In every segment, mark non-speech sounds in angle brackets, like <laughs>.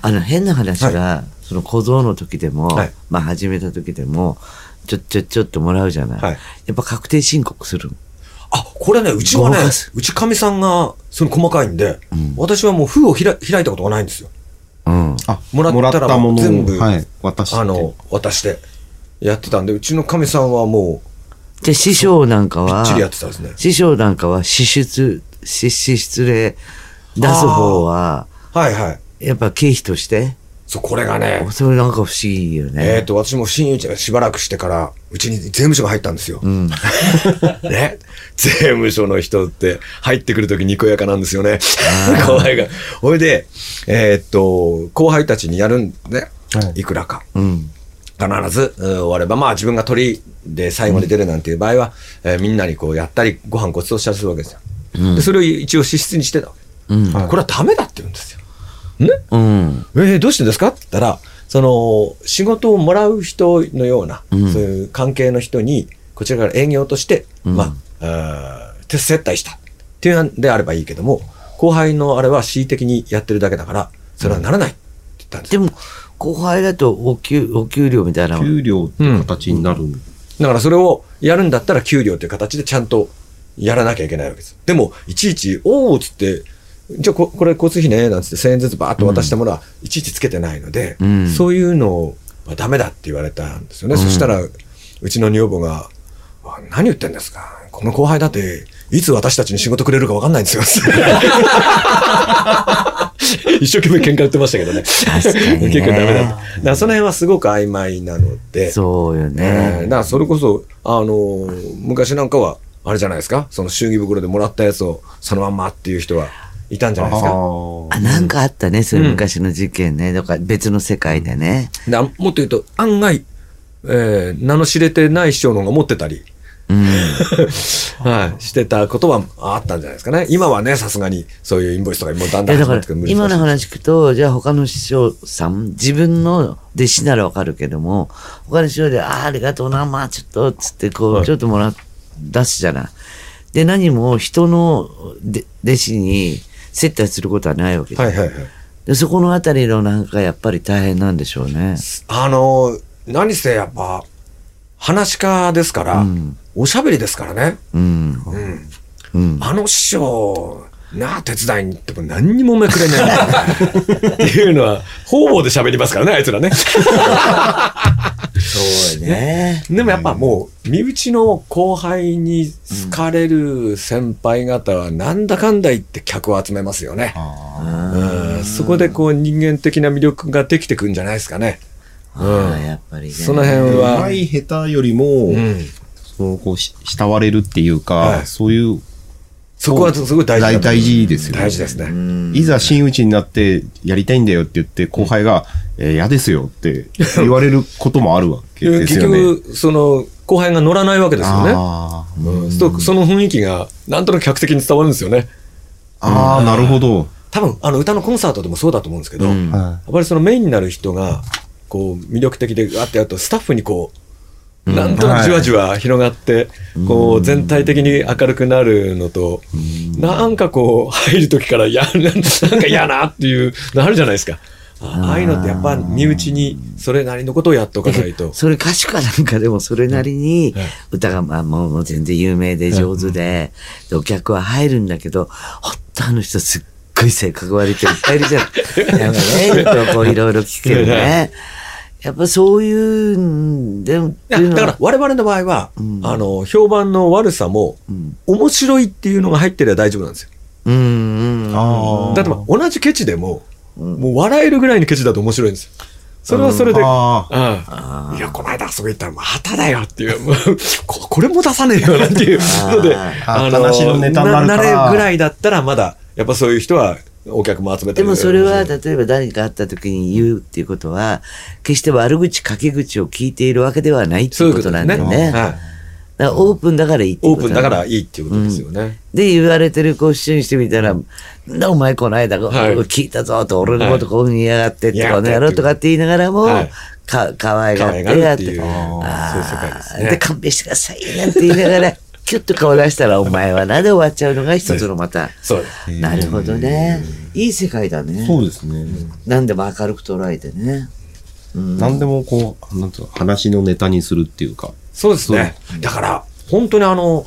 あの変な話が、その小僧の時でも、はいまあ始めた時でもちょちょちょっともらうじゃない、はいやっぱ確定申告するあ、これね、うちはね動かす、うちかみさんが、その細かいんで、私はもう封をひら開いたことがないんですよ。うんあもらったらを全部はい、渡して。あの、渡して、やってたんで、うちのかみさんはもじゃあ師匠なんかう、びはっちりやってたんですね。師匠なんかは支出支支出で出す方ははいはい。やっぱ経費としてそう、これがね、それなんか不思議よえっね、と、私も新内がしばらくしてから、うちに税務署が入ったんですよ。 <laughs> ね。税務署の人って、入ってくるときにこやかなんですよね。後輩が。ほいで、えーっと、後輩たちにやるんね。いくらか。うん必ず、うん終われば、まあ自分が取りで最後に出るなんていう場合は、えーみんなにこうやったり、ご飯ごちそうしたりするわけですよ。で、それを一応支出にしてたわけ。うんこれはダメだって言うんですよ。ねうんえーどうしてですかって言ったら、その、仕事をもらう人のような、そういう関係の人に、こちらから営業として、まあ、あー手接待したっていうんであればいいけども、後輩のあれは恣意的にやってるだけだから、それはならないって言ったんですでよ。も後輩だとお給お給料みたいな給料って形になる。だからそれをやるんだったら給料という形でちゃんとやらなきゃいけないわけです。でも、いちいち、おおっつって、じゃあこ、これ交通費ね、なんつって1000円ずつバーッと渡したものは、いちいちつけてないので、うんそういうのはダメだって言われたんですよね。そしたら、うちの女房が、あ何言ってんですかこの後輩だって、いつ私たちに仕事くれるか分かんないんですよ。 <laughs> 一生懸命喧嘩売ってましたけどね。確かにね <laughs> 結構ダメだった。だからその辺はすごく曖昧なので、そうよええねだからそれこそ、あのー昔なんかは、あれじゃないですか、その祝儀袋でもらったやつをそのまんまっていう人はいたんじゃないですか。あなんかあったねそういう昔の事件ね、とか別の世界でねだもっと言うと、案外、えー名の知れてない師匠の方が持ってたり、うんはい、してたことはあったんじゃないですかね。今はね、さすがにそういうインボイスとかもうだんいだんやだ始かまっらてくる今の難しい話聞くとじゃあ他の師匠さん自分の弟子ならわかるけども他の師匠で「ああありがとうなまあちょっと」っつってこうちょっともらっ出すじゃない。で何も人ので弟子に接待することはないわけじゃんはいはいはい。でそこのあたりのなんかやっぱり大変なんでしょうね。あのー何せやっぱ、話し家ですから、うんおしゃべりですからね。うんうんうんあの師匠、なあ、手伝いに行っても何にもめくれない。っていうのは、方々で喋りますからね、あいつらね。そうね。でもやっぱもう、身内の後輩に好かれる先輩方は、なんだかんだ言って客を集めますよね。うんそこでこう、人間的な魅力ができてくんじゃないですかね。ああやっぱりね。その辺うはま。い下手よりも、うんそのこうし慕われるっていうか、はいそういうそこはすごい大事だ大と思う大事ですよね。大事ですね。いざ真打ちになってやりたいんだよって言って後輩が「えー嫌ですよ」って言われることもあるわけです結よね。局、その、後輩が乗らないわけですよね。あーうんそうするとその雰囲気が、なんとなく客席に伝わるんですよね。あーなるほど。多分あの歌のコンサートでもそうだと思うんですけど、うんやっぱりそのメインになる人がこう魅力的でガってやるとスタッフにこうなんとなくじわじわ広がって、こう全体的に明るくなるのと、なんかこう入る時からやなんか嫌なっていうのあるじゃないですか。あああいうのってやっぱ身内にそれなりのことをやっとかないと。 <laughs> それ歌手かなんかでもそれなりに歌がまあもうもう全然有名で上手ででお客は入るんだけどほんとあの人すっごい性格悪いっていっぱいいるじゃん。 <laughs> なんかねちょっとこういろいろ聞くけどね。やっぱそういうんでもっいてやいうだのからは我々の場合は、あの評判の悪さも、面白いっていうのが入ってれば大丈夫なんですよ。うんうんあーだってまあ同じケチでも、もう笑えるぐらいのケチだと面白いんですよ。それはそれで、あーうんいや、この間あそこ行ったらまただよっていう、 <laughs> もうここれも出さねえよなんていうので、あ話のネタになるかられぐらいだったらまだ、やっぱそういう人はお客も集めたでりもそれは例えば誰か会った時に言うっていうことは決して悪口書き口を聞いているわけではないってそういいううここととでなすんだよね。ね。はいだからオープンだからいいっていうオこーとプンなんだよからいいっていうことですよね。で言われてる子主にしてみたら「なんだお前この間、はい聞いたぞ」と「俺のことこういうふうに言いやがって」とはいか「この野郎」とかって言いながらも、はいかかわい可がっ愛てがるやっってていう、そういう世界ですね。で勘弁してくださいなんて言いながら <laughs> 結キュッと顔出したらお前はなで終わっちゃうのが一つのまた。そうなるほどね。いい世界だね。そうですね。何でも明るく捉えてね。うん何でもこう、なんつうの、話のネタにするっていうか。そうですね。だから、本当にあの、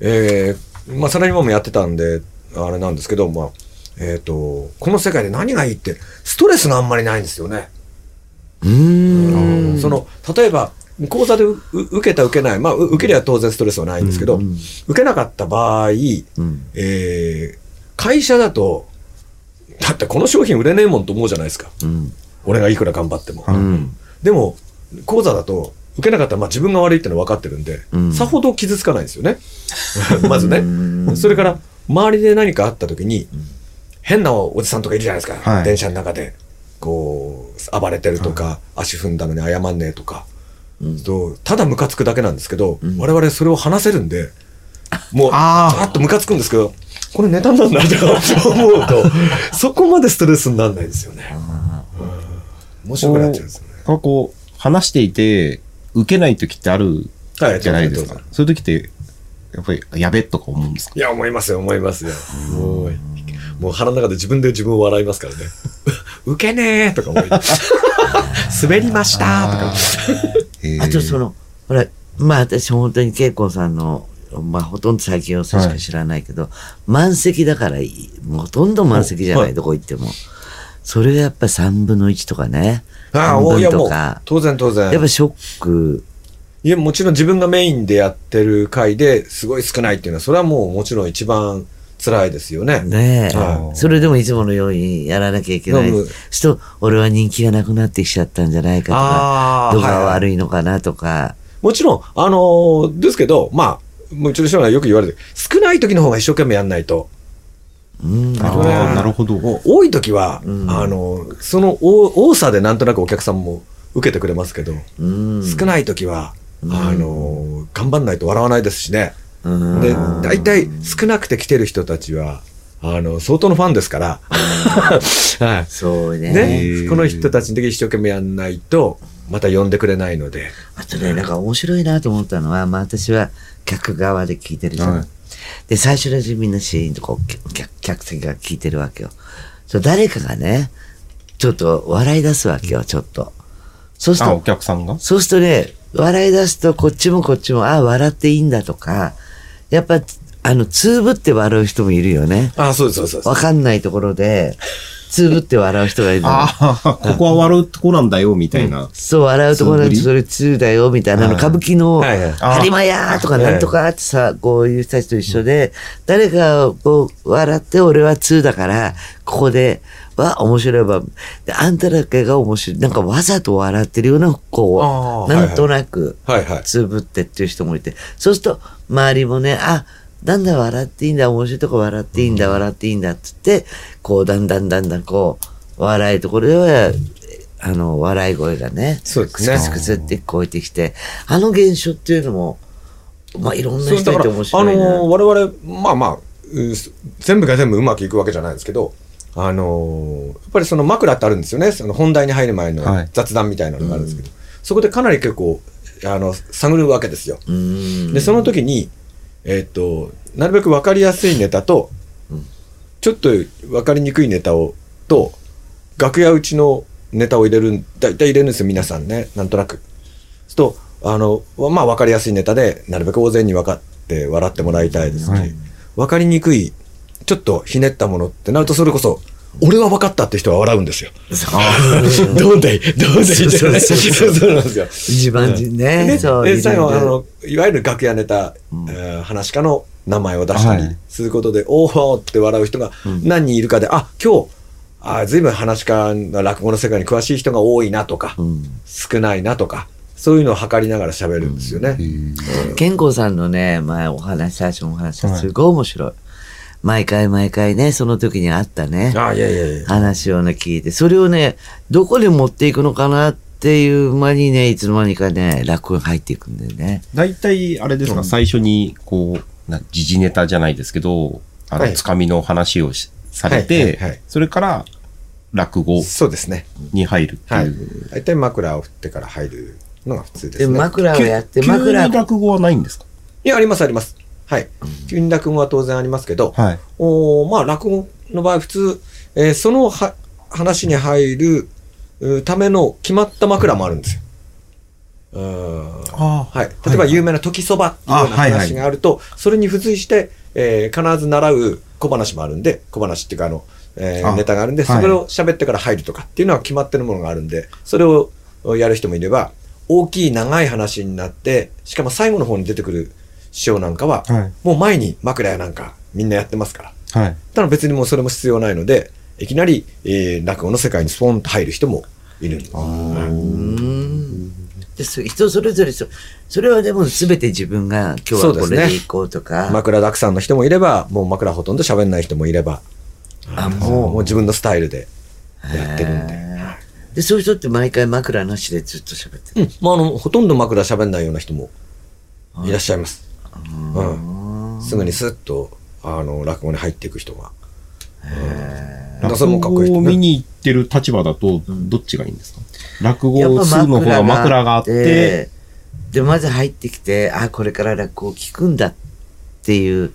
えー、まあ、サラリーマンもやってたんで、あれなんですけど、まあ、えっ、と、この世界で何がいいって、ストレスがあんまりないんですよね。うーん。その、例えば、講座でうう受けた受けない、まあ、う受けりゃ当然ストレスはないんですけど、うん受けなかった場合、うん。えー会社だと、だってこの商品売れねえもんと思うじゃないですか。うん。俺がいくら頑張っても。うん。でも、講座だと、受けなかったら、まあ、自分が悪いってのは分かってるんで、うんさほど傷つかないんですよ <laughs> ね。まずね。ねそれから、周りで何かあった時に、変なおじさんとかいるじゃないですか。はい電車の中で、こう、暴れてるとか、足踏んだのに謝んねえとか、うんそうただムカつくだけなんですけど、うん我々それを話せるんで、もう、あーあっとムカつくんですけど、これネタになんだとか思う <laughs> と、そこまでストレスにならないですよね。うん面白くなっちゃうんですよね。なんかこう、話していて、受けない時ってあるはいじゃないですか。そういう時って、やっぱり、やべとか思うんですかいや、思いますよ、思いますよ。もう、もう腹の中で自分で自分を笑いますからね。 <laughs> 受けねーとか思い <laughs> 滑りましたとか。えーあとその、ほら、まあ私本当に恵子さんの、まあほとんど最近の人しか知らないけど、満席だからいい、もうほとんど満席じゃない、はいどこ行っても。それがやっぱ3分の1とかね。ああ、半おいや分もとうか、。当然当やっぱ然。ショック。いや、もちろん自分がメインでやってる回ですごい少ないっていうのは、それはもうもちろん一番辛いですよね。ねえ、はそれでもいつものようにやらなきゃいけないうん。ちょっと俺は人気がなくなってきちゃったんじゃないかとか、あどこがはい悪いのかなとか。もちろん、あのーですけど、まあ、もちろん人はよく言われる。少ない時の方が一生懸命やんないと。うん。あーなるほど。もう多い時は、うんあのその多多さでなんとなくお客さんも受けてくれますけど、うん少ない時は、うんあの頑張んないと笑わないですしね、うんで大体少なくて来てる人たちはあの相当のファンですから、 <laughs> はそういね。ね、この人たちの時に一生懸命やんないとまた呼んでくれないので、あとね、なんか面白いなと思ったのは、まあ私は客側で聞いてるじゃん。はいで、最初の時みんなシーンとこう、客客客席が聞いてるわけよ。そう誰かがね、ちょっと笑い出すわけよ、ちょっと。そうするあ、とお、客さんがそうするとね、笑い出すとこっちもこっちも、ああ、笑っていいんだとか、やっぱ、あの、つぶって笑う人もいるよね。あそうですそうですそうですわかんないところで、つぶって笑う人がいるの。ああ、ここは笑うとこなんだよ、みたいな。そう、笑うところなんて素それ2だよ、みたいなの、はい歌舞伎の、はいはいハリマヤーとかなんとかってさ、こういう人たちと一緒で、誰かこう、笑って俺は2だから、ここで、は面白いわ。であんただけが面白い。なんかわざと笑ってるような、こあう、ーなんとなく、はいはいつぶってっていう人もいて、そうすると、周りもね、あ、なんだ笑っていいんだ、面白いとこ笑っていいんだ、笑っていいんだって言って、こう、だんだんだんだんこう、笑いところでは、あの、笑い声がね、そうでクすスねクスクスって聞こえてきて、あの現象っていうのも、まあ、いろんなそう人だいかてら、面白いあな。のー我々、まあまあ、うす全部が全部うまくいくわけじゃないですけど、あのーやっぱりその枕ってあるんですよね、その本題に入る前のはい雑談みたいなのがあるんですけど、そこでかなり結構、あの、探るわけですよ。うんで、そ <laughs> の時に、えーっと、なるべく分かりやすいネタと、ちょっと分かりにくいネタを、と、楽屋うちのネタを入れるん、だいたい入れるんですよ、皆さんね、なんとなく。そうすると、あの、まあ分かりやすいネタで、なるべく大勢に分かって笑ってもらいたいですし、はい分かりにくい、ちょっとひねったものってなると、それこそ、俺は分かったって人は笑うんですよ。 <laughs> どうだいどうだいそうじそゃうないそ <laughs> そううそうなんですよ。一番人ね、そう、いろいろで最後あのいわゆる楽屋ネタ、んえー話し家の名前を出したはりいすることで、おーおーって笑う人がうん何人いるかで、あ今日あずいぶん話し家の落語の世界に詳しい人が多いなとか、うん少ないなとかそういうのを測りながら喋るんですよね。健康さんのね、前お話、最初のお話ははいすごい面白い。毎回毎回ね、その時にあったね、あいやいやいや話をね、聞いて、それをね、どこに持っていくのかなっていう間にね、いつの間にかね、落語に入っていくんだよね。大体、あれですか、最初に、こう、な時事ネタじゃないですけど、あはの、いつかみの話をしされはいはいはいて、それから、落語そうですね。に入るってはいいう。。大体枕を振ってから入るのが普通でですね。枕をやって急に枕落語はないんですかいやありますあります。はい。急に落語は当然ありますけど、はい。おーまあ落語の場合普通、えーそのは話に入るうーための決まった枕もあるんですよ。うーんあはい、例えば有名な時そばっていうようなあはいはい話があると、それに付随して、えー必ず習う小話もあるんで小話っていうかあの、えーあネタがあるんではいそれを喋ってから入るとかっていうのは決まってるものがあるんでそれをやる人もいれば大きい長い話になってしかも最後の方に出てくる師匠なんかは、はい。もう前に枕やなんかみんなやってますから。はい。ただ別にもうそれも必要ないので、いきなり、えー、落語の世界にスポンと入る人もいるんです。うんでそ人それぞれそそれはでも全て自分が今日はこれでいこうとか枕たくさんの人もいれば、もう枕ほとんど喋んない人もいれば、あもうもう自分のスタイルでやってるんで。へーでそういう人って毎回枕なしでずっと喋ってるうん、まあ、あの、ほとんど枕喋んないような人もいらっしゃいます。うん。すぐにスッと、あの、落語に入っていく人が。うん、それもかっ落こいい語とをね見に行ってる立場だと、どっちがいいんですか落語やっをすぱぐの方が枕があって、でまず入ってきてあこれから落語を聞くんだっていう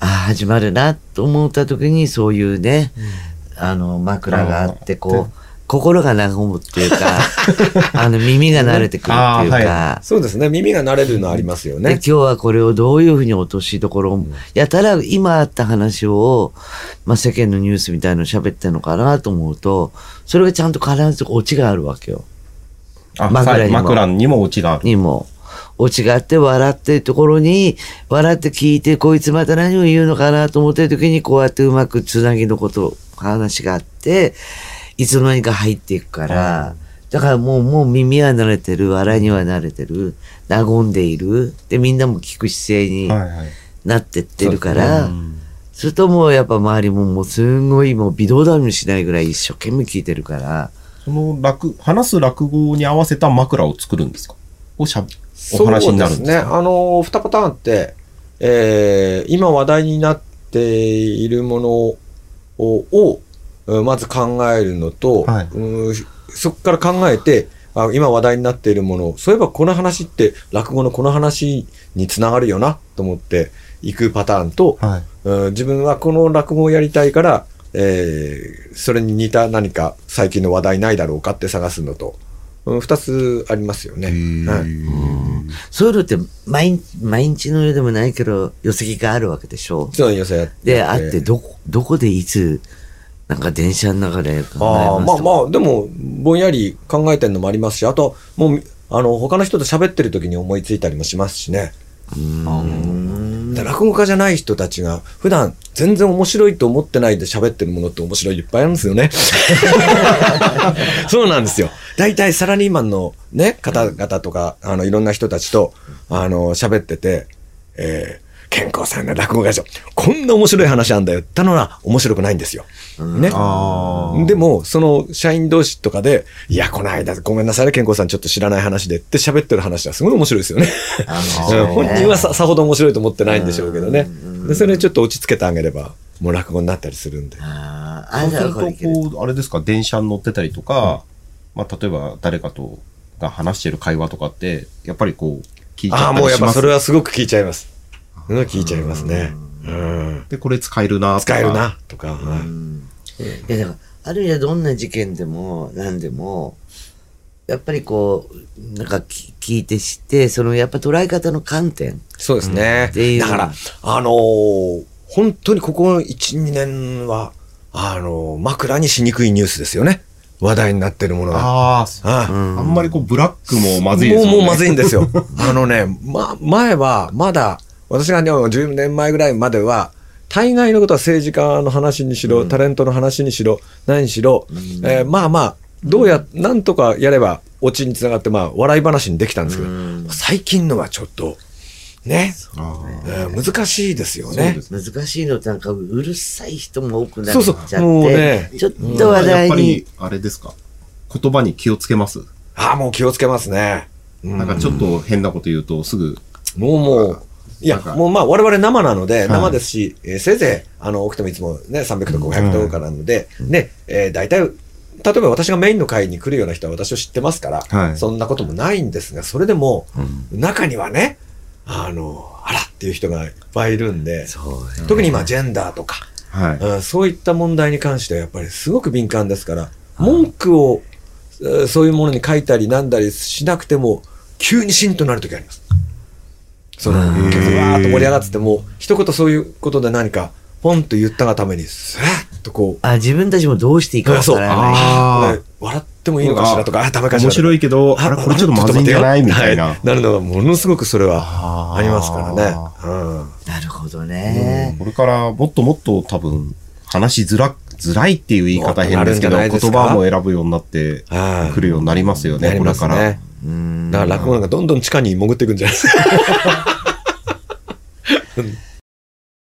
あ始まるなと思った時にそういうね、あの枕があってこう心が和むっていう <laughs> かあの耳が慣れてくるっていうあーか。そうですね。耳が慣れるのありますよでね今。日はこれをどういうふうに落としどころをやたら今あった話を、まあ、世間のニュースみたいの喋ってるのかなと思うとそれがちゃんと必ずオチがあるわけよあ枕はいにも枕にもオチがある。にもオチがあって笑ってるところに笑って聞いてこいつまた何を言うのかなと思ってる時にこうやってうまくつなぎのこと話があっていつの間にか入っていくから。だからもう、もう耳は慣れてる、笑いには慣れてる、和んでいる、で、みんなも聞く姿勢にはいはい。なってってるから、それともうやっぱ周りももうすんごいもう微動だにしないぐらい一生懸命聞いてるから、その落、話す落語に合わせた枕を作るんですかをしゃおそうです話になるんですね。かあの、2パターンって、えー今話題になっているものを、をうんまず考えるのと、はいうんそこから考えて、あ今話題になっているもの、そういえばこの話って落語のこの話につながるよなと思っていくパターンと、はい。うん自分はこの落語をやりたいから、えーそれに似た何か最近の話題ないだろうかって探すのと、うん、2つありますよね。はいそういうのって毎日毎日のようでもないけど、寄席があるわけでしょ。そう寄せやってで、あって、どこ、どこでいつ、なんか電車の中で考えああますまとあか。まあでもぼんやり考えてるのもありますしあともうあの他の人と喋ってる時に思いついたりもしますしねで落語家じゃない人たちが普段全然面白いと思ってないで喋ってるものって面白いいっぱいあるんですよね <laughs> そうなんですよ大体サラリーマンのね方々とかあのいろんな人たちとあの喋っててえー健康さんが落語家じゃこんな面白い話あんだよったのは面白くないんですよ。ね。あーでも、その社員同士とかで、いや、この間、ごめんなさいね、健康さん、ちょっと知らない話でって喋ってる話はすごい面白いですよね。うん本人はささほど面白いと思ってないんでしょうけどね。でそれちょっと落ち着けてあげれば、もう落語になったりするんで。あー、あそなたはうするこれいける。と、こう、あれですか、電車に乗ってたりとか、まあ、例えば誰かと、が話してる会話とかって、やっぱりこう、聞いちあゃあ、ったもうりやっしぱますそれはすごく聞いちゃいます。うん、聞いちゃいますね。うん。で、これ使えるなとか使える。な、とか。はいいやだからある意味どんな事件でも何でもやっぱりこうなんかき聞いて知ってそのやっぱ捉え方の観点そうですうんっていね。うだから、あのー本当にここ1、2年は、あのー枕にしにくいニュースですよね。話題になってるものが。ああ、あああんまりこう、ブラックもまずいですもうもうまずい。いん <laughs> ですよ。あのね、ま、前は、まだ、私が、ね、10年前ぐらいまでは、大概のことは政治家の話にしろ、タレントの話にしろ、何しろ、えーまあまあ、どうや、なんとかやれば、オチにつながって、まあ、笑い話にできたんですけど、最近のはちょっと、ね、ああえー難しいですよそうねで。す難しいのってなんかうるさい人も多くなっちゃってそうそうもうねちょっと話題やっぱりに、あれですか、言葉に気をつけます。ああ、もう気をつけますね。うんなんかちょっと変なこと言うと、すぐ、もうもう、いやなん、かもうまあ、我々生なので、い生ですし、えーせいぜい、あの、多くてもいつもね、300とか500とかなので、ね、えー大体、例えば私がメインの会に来るような人は私を知ってますから、はいそんなこともないんですが、それでも、中にはね、あの、あらっていう人がいっぱいいるんで、そうね特に今、ジェンダーとか、はい。うんそういった問題に関してはやっぱりすごく敏感ですから、文句をえーそういうものに書いたりなんだりしなくても、急にシンとなるときあります。その、わうんーっと盛り上がってても、一言そういうことで何か、ポンと言ったがために、スーッとこう、あ、自分たちもどうしていいかわかそう、らない。あーあー笑ってもいいのかしらとか、あ、ダメかしらとか。面白いけど、あら、これちょっとまずいんじゃないみたいな。はなるのがものすごくそれはあーありますからね。うんなるほどね。これからもっともっと多分、話しづら、づらいっていう言い方変ですけど、もっとなるんじゃないです言か葉も選ぶようになってはいくるようになりますよね、なりこまれすから。ね。うん。 <laughs> だから落語なんかどんどん地下に潜っていくんじゃないですか。